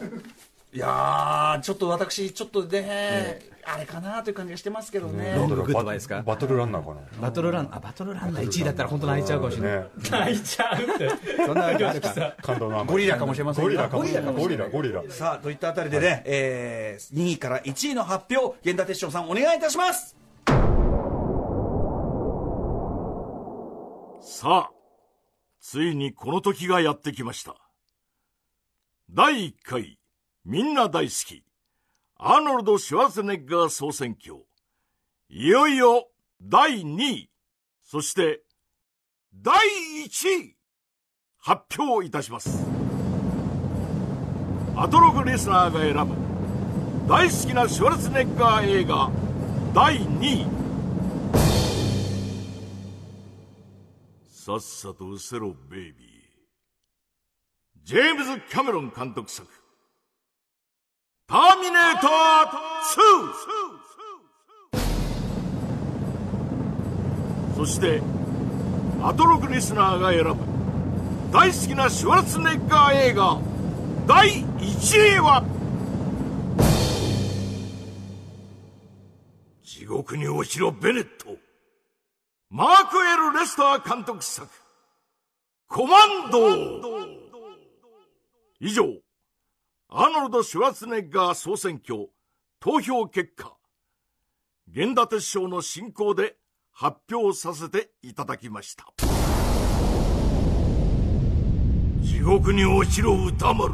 いやーちょっと私ちょっとねあれかなという感じがしてますけどねなんだろうグッドバイですかバトルランナーかな。バトルランナー、あバトルランナー1位だったら本当泣いちゃうかもしれない。ね泣いちゃうってそんなわけはないか。感動のあまりゴリラかもしれませんよゴリラかもしれない。ゴゴリリラかラ、もゴリラ。さあといったあたりでね、えー、2位から1位の発表源田哲章さんお願いいたしますさあ、ついにこの時がやってきました。第1回、みんな大好き、アーノルド・シュワルツェネッガー総選挙。いよいよ、第2位、そして、第1位、発表いたします。アトログリスナーが選ぶ、大好きなシュワルツェネッガー映画、第2位。さっさと失せろ、ベイビー。ジェームズ・キャメロン監督作。ターミネーター 2! そして、アトロクリスナーが選ぶ、大好きなシュワルツェネッガー映画、第1位は、地獄に落ちろ、ベネット。マーク・エル・レスター監督作、コマンド以上、アーノルド・シュワルツェネッガー総選挙投票結果、源田鉄章の進行で発表させていただきました。地獄に落ちろ歌丸。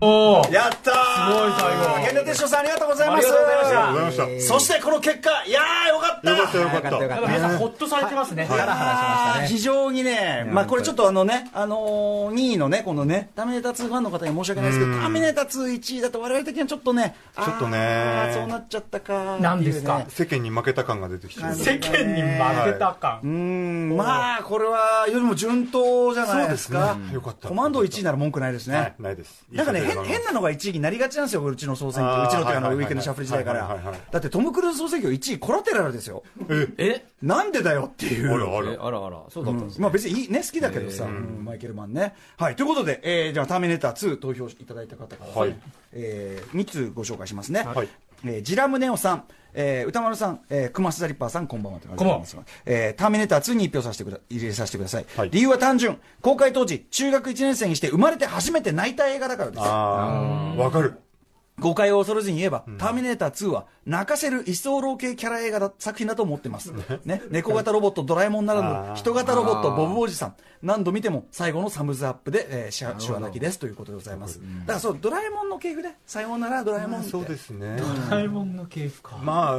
おーやったーすごい最後源田哲章さんありがとうございますありがとうございましたありがとうございましそしてこの結果いやーよかったた。よかった、よかよっかたったよ。かやっったぱ。皆さんほっとされてますねあー非常にね、まあ、これちょっとあのね、あのー、2位のね、このね、ターミネーター2ファンの方に申し訳ないですけど、ターミネーター2、1位だと、我々的にはちょっとね、ちょっとねそうなっちゃったか、なんですかっていうね世間に負けた感が出てきてる。世間に負けた感、うーん、まあ、これはよりも順当じゃないですかそうですね、よかったコマンド1位なら文句ないですね。はいないです。なんかね、変変な。なのが1位になりがちなんですよ、うちの総選挙、あーうちのっていうかあの、はいウはいィーはいクエンドシャッフル時代から、はいはいはいだってトム・クルーズ総選挙1位、コラテラルですよ、えなんでだよっていう、あらあえら。あらあら、そうだったんですねまあ別にいいね、好きだけどさ、うんマイケルマンね。はい、ということで、えーじゃあ、ターミネーター2投票いただいた方から、はいえ2通ご紹介しますね。はいえージラムネオさん、えー歌丸さん、えー、熊須田リッパーさん、こんばんはということでこんばんはえーターミネーター2に1票させてくだ入れさせてください,、はい理由は単純、公開当時、中学1年生にして生まれて初めて泣いた映画だからです。あーわかる。誤解を恐れずに言えば、ターミネーター2は泣かせる一層老系キャラ映画だ作品だと思ってます。ね、猫型ロボットドラえもんならぬ、人型ロボットボブおじさん、何度見ても最後のサムズアップで、えー、シャシュワ泣きですということでございます。だからそう、ドラえもんの系譜で、さようならドラえもんって。そうですね。ドラえもんの系譜か。まあ、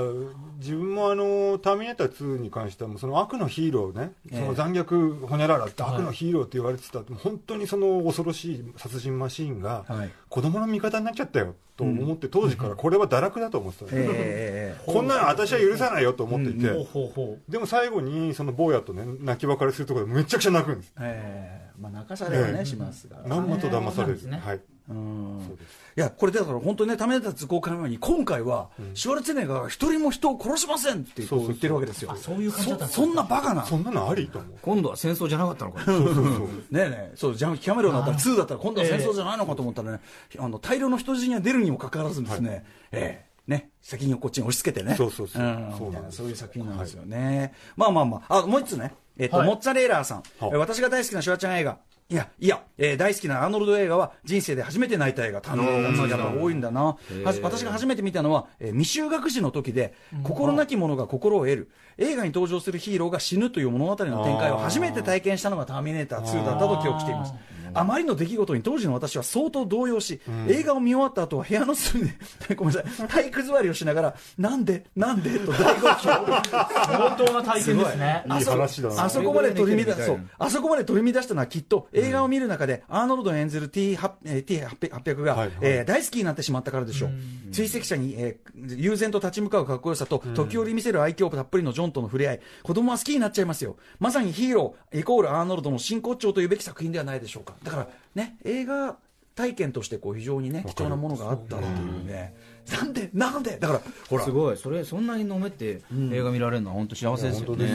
自分もあの、ターミネーター2に関しては、もうその悪のヒーローね、その残虐ほにゃららって悪のヒーローって言われてた、本当にその恐ろしい殺人マシーンがはい、子供の味方になっちゃったよと思って、当時からこれは堕落だと思ってたんですよ、えこんなの私は許さないよと思っていて、ほうほうほでも最後に、その坊やとね、泣き別れするところでめちゃくちゃ泣くんです。ー、えー、まあ泣かされはね、ええしますが。まんまと騙そうなんされでる。すねはい。うんそうですいや、これだから本当にね、ためた図工会のように、今回は、シュワルツェネッガーが一人も人を殺しませんってこそうそううそう言ってるわけですよ。う。そういう感じだったそんでそすかんなバカな。そんなのありと思う。今度は戦争じゃなかったのかなそうそうそう。ねえねえ、そう、ジャンキャメロンだったら、2だったら、今度は戦争じゃないのかと思ったらね、あの大量の人質が出るにもかかわらずですね、ええね、責任をこっちに押し付けてね、そうそうそうんそうみたないんなですそういう作品なんですよね。まあまあまあ、あもう一つね、えっとはいモッツァレーラーさん、えはい私が大好きなシュワちゃん映画、いや、いや、えー大好きなアーノルド映画は、人生で初めて泣いた映画、単語がやっぱ多いんだな、は私が初めて見たのは、えー未就学児の時で、心なき者が心を得る、映画に登場するヒーローが死ぬという物語の展開を初めて体験したのが、ターミネーター2だったと記憶しています。あまりの出来事に当時の私は相当動揺し、映画を見終わった後は部屋の隅で、 <laughs> ごめんなさい、体育座りをしながら、なんで、なんでと大号泣。相当な体験ですね。いい話だな。あそこまで取り乱それぐらいの勢いで見たしそいうあそこまで取り乱したのはきっと映画を見る中で、アーノルド演ずる T800 えー T800 が、はいはいえー大好きになってしまったからでしょう、追跡者に、えー悠然と立ち向かうかっこよさと、時折見せる愛嬌たっぷりのジョンとの触れ合い子供は好きになっちゃいますよまさにヒーローイコールアーノルドの真骨頂というべき作品ではないでしょうかだからね映画体験としてこう非常にね貴重なものがあったっていうねなんでなんでだからほらすごいそれそんなに飲めて映画見られるのは本当幸せですよね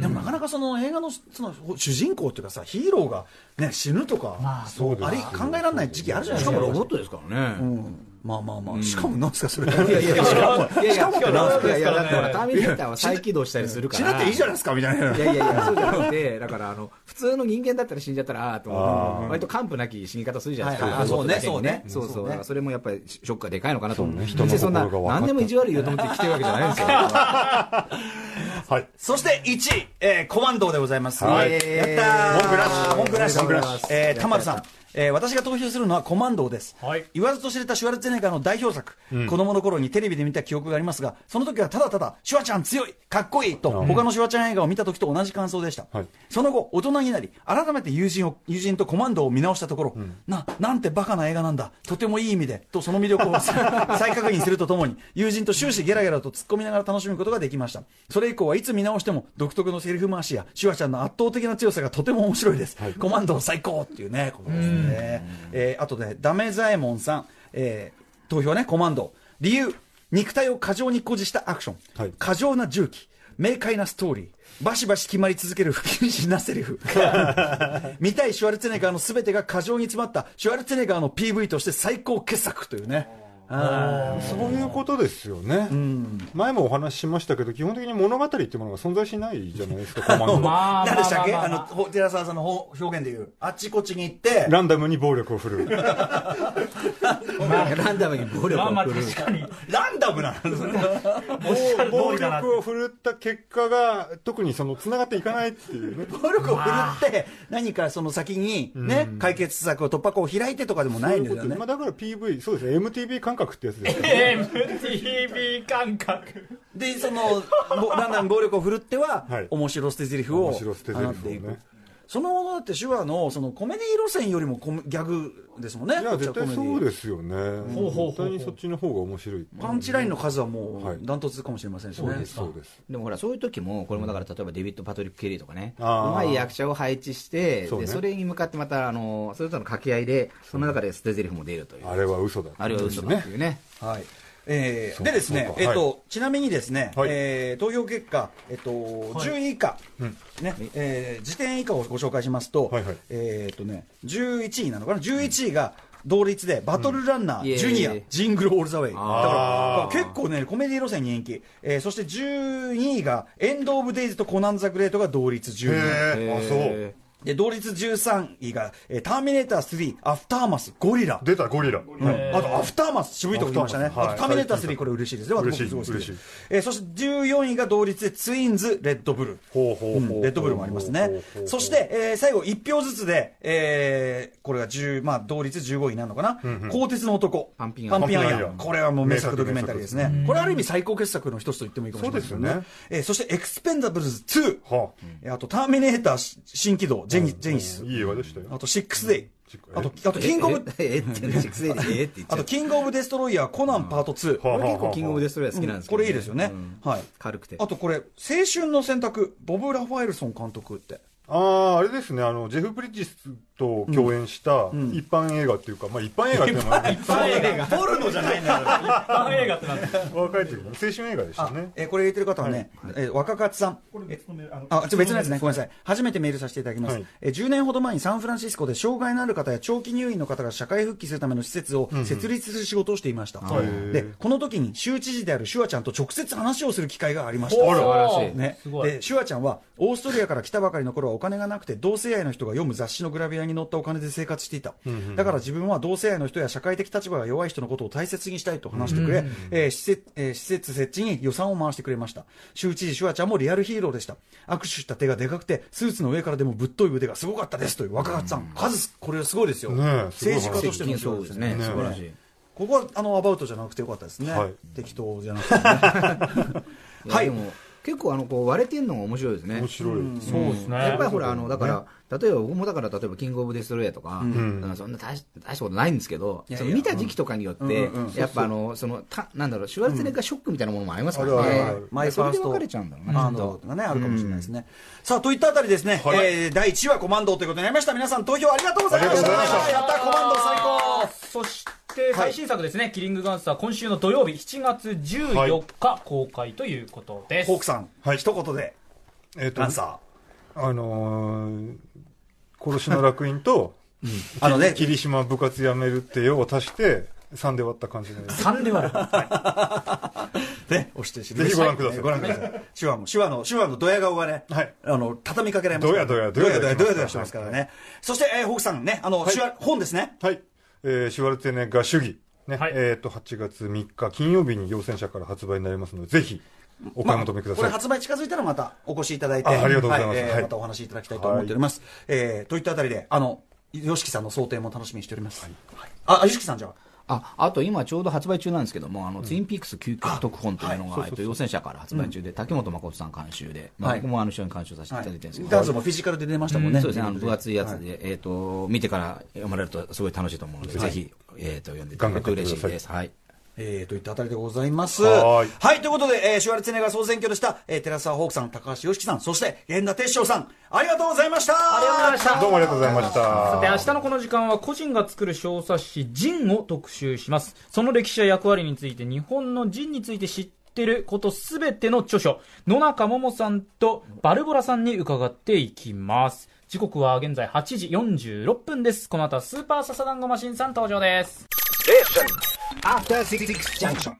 でもなかなかその映画のその主人公っていうかさヒーローが、ね、死ぬとか、そうあり考えられない時期あるじゃないしでかすもか、ロボットですからねまあまあまあ、しかもなんですかそれしかもいやいやいやもなんすかいやいやだってほらいやターミネーターは再起動したりするか死らなっていいじゃないですかみたいないやいやいや、そうじゃなくて、だからあの、普通の人間だったら死んじゃったら、ああ、と思う。割と完膚なき死に方するじゃないですはいはか。いロボットだけそうにねそうそう。だからそれもやっぱりショックがでかいのかなと思う。別人のにそんな、心が分かった何でも意地悪言うと思って来てるわけじゃないん <laughs> ですよ。はい。そして1位、えーコマンドでございます。はいやったー文句なし文句なし。文句なしえー、田丸さん。えー私が投票するのはコマンドーです、はい言わずと知れたシュワルツェネッガーの代表作、子供の頃にテレビで見た記憶がありますがその時はただただシュワちゃん強いかっこいいと他のシュワちゃん映画を見た時と同じ感想でした、はいその後大人になり改めて友人を友人とコマンドーを見直したところ、ななんてバカな映画なんだとてもいい意味でとその魅力を <laughs> 再確認するとともに友人と終始ゲラゲラと突っ込みながら楽しむことができましたそれ以降はいつ見直しても独特のセリフ回しやシュワちゃんの圧倒的な強さがとても面白いです、コマンドー最高っていうねことですね、えーあとねダメザエモンさん、えー投票ねコマンドー理由肉体を過剰に誇示したアクション、はい過剰な重機明快なストーリーバシバシ決まり続ける不謹慎なセリフ見たいシュワルツェネッガーの全てが過剰に詰まったシュワルツェネッガーの PV として最高傑作というねあーそういうことですよね、前もお話ししましたけど、基本的に物語っていうものが存在しないじゃないですか、コマンド。まあ、何でしたっけまああまのあまあほ寺澤さんのほう表現で言うあっちこっちに行ってランダムに暴力を振るう。ランダムに暴力まあまをあ、振るう。確かに。ランダムなのおっしゃる通暴りだなって力を振るった結果が、特にその、繋がっていかないっていうね。暴力を振るって何かその先にね解決策を突破口を開いてとかでもないんですよねまあだから PV、そうですね、MTV 感覚ってや <laughs> つですよね。 MTV 感覚。でそのぼランダムに暴力を振るっては、はい面白捨て台詞を面白捨て台詞をね放っていくそのだって手話のそのコメディ路線よりもコメギャグですもんねいや、絶対そうすですよね。ほうほうほう絶対にそっちの方が面白い。パンチラインの数はもはいうダントツかもしれませんしね、そうです。でもほら、そういう時も、これもだから、例えばデビッド・パトリック・ケリーとかね、うあーまい役者を配置して、そうねでそれに向かってまた、あの、それとの掛け合いで、その中で捨て台詞も出るという。あれは嘘だ。あるいは嘘だっていうね。はい。えーうでですねそう、かえっはと、ちなみにですね、はいえー投票結果、えっと、10位以下、ね、えー時点以下をご紹介しますとはいはい、えーっとね、11位なのかな、11位が、同率でバトルランナうんイエーイー、ジュニア、ジングル・オール・ザ・ウェイ、だからあー結構ね、コメディ路線に人気、えーそして12位がエンド・オブ・デイズとコナン・ザ・グレートが同率へ12位、え、あ、そう。で同率13位が、えーターミネーター3、アフターマス、ゴリラ、出たゴリラ。うんあとアフターマス、渋いとこ来ましたね、アフターマスあとターミネーターはい3、これ嬉しいですね、嬉しい僕すご好きで嬉しいえーそして14位が同率で、ツインズ、レッドブル、ほうほううんほうレッドブルもありますねほうほうほ、うそして、えー最後、1票ずつで、えーこれが10、まあ、同率15位なのかな、鋼鉄の男、パンピンアイアンパンピンアイアパンピンアイアン、ンこれはもう名作ドキュメンタリーです名ね、これある意味、最高傑作の一つと言ってもいいかもしれないですそうですよねえーそして、エクスペンダブルズ2、はえーあと、ターミネーター新起動、ジェニジェニシスあ、い。い映画でしたよ。あと、シックスデイシック。あと、あとキングオブ、 <laughs> えええってシックスエイジええって言っちあゃと、うキングオブデストロイヤー、コナンパート2。はあ俺はあ結構キングオブデストロイヤー好きなんですけどこれいいですよねうん。はい。軽くてあと、これ、青春の選択、ボブ・ラファエルソン監督って。ああ、あれですね、あの、ジェフ・ブリッジスと共演した一般映画っていうか、まあ一般映画っていうのは、一般映画ポルノじゃないんだよ。一般映画ってなんだ若い時の青春映画でしたね。 <laughs> えーこれ入れてる方はね、えー若勝さん。あ、ちょ別のやつね、ごめんなさい。初めてメールさせていただきます。はいえー10年ほど前にサンフランシスコで障害のある方や長期入院の方が社会復帰するための施設を設立する仕事をしていました。いで、この時に州知事であるシュワちゃんと直接話をする機会がありました。素晴らしいねす、ごいでシュワちゃんはオーストリアから来たばかりの頃はお金がなくて同性愛の人が読む雑誌のグラビアに載ったお金で生活していた、だから自分は同性愛の人や社会的立場が弱い人のことを大切にしたいと話してくれ、えー施設えー施設設置に予算を回してくれました州知事シュワちゃんもリアルヒーローでした握手した手がでかくてスーツの上からでもぶっとい腕がすごかったですという若勝さん、数これすごいですよ、ねえすごい政治家としての接近人そでうすですねね素晴らしいここはあのアバウトじゃなくてよかったですね、はい適当じゃなくて、ねいやはいでも結構あのこう割れてんのが面白いですね面白い。そうですねやっぱりほら、あの、だから、例えば、僕もだから、例えば、キングオブデストロイヤーとか、うんそんな大し大したことないんですけど、いやその見た時期とかによって、やっぱ、あの、その、た、なんだろう、シュワルツェネッガーショックみたいなものもありますからあるあねるある。でマイフそァれーでスト分かれちゃうんだろうな、ちマゃンんドと。がね、あるかもしれないですね。さあ、といったあたりですね、えー第1話コマンドということになりました。皆さん投票ありがとうございました。ありがとうございましたやった、コマンド最高そして最新作ですね、キリングガンスター今週の土曜日7月14日公開ということです、ホークさん、はい一言で、えっとアンサあのー殺しの楽園と、ー。あのね、霧島部活やめるってよを足して、3で割った感じのやつ。 3で割るね、押して知ぜひご覧くださいご覧ください。手話も、手話の、手話のドヤ顔がね、はいあの、畳みかけられますからドヤドドヤヤドドヤヤドヤドヤしてますからね。そして、えーホークさんね、あの、手話、本ですね。はい。えーシュワルツェネッガー主義。ね。はいえっと、8月3日金曜日に陽戦者から発売になりますので、ぜひ、おま買い求めくだこされい。発売近づいたらまたお越しいただいて、あありがとうございますはえーはいまたお話しいただきたいと思っております。えーといったあたりで、あの、よしきさんの想定も楽しみにしております。はいあ、よしきさんじゃあ。あ、あと今ちょうど発売中なんですけども、あの、ツインピークス究極特本というのが、えっと、陽戦者から発売中で、竹本誠さん監修で、まはあい僕もあの、一緒に監修させていはただいてるんですけい、ど。ダンスもフィジカルで出ましたもんね。そうですね、あの分厚いやつはで、えっ、と、見てから読まれるとすごい楽しいと思うので、ぜひ、えっ、と、読んでいガたンガだンくと買ってく嬉しださいいです。はい。えー、といったあたりでございます。ははいい。ということで、えーシュワルツェネッガー総選挙でした、えー、寺澤ホークさん、高橋良樹さん、そして、源田哲章さん、ありがとうございましたありがとうございましたどうもありがとうございました。さて明日のこの時間は個人が作る小冊子「ジン」を特集しますその歴史や役割について日本のジンについて知ってることすべての著書野中桃さんとバルボラさんに伺っていきます時刻は現在8時46分ですこの後はスーパーササダンゴマシンさん登場です Station. After Six Junction.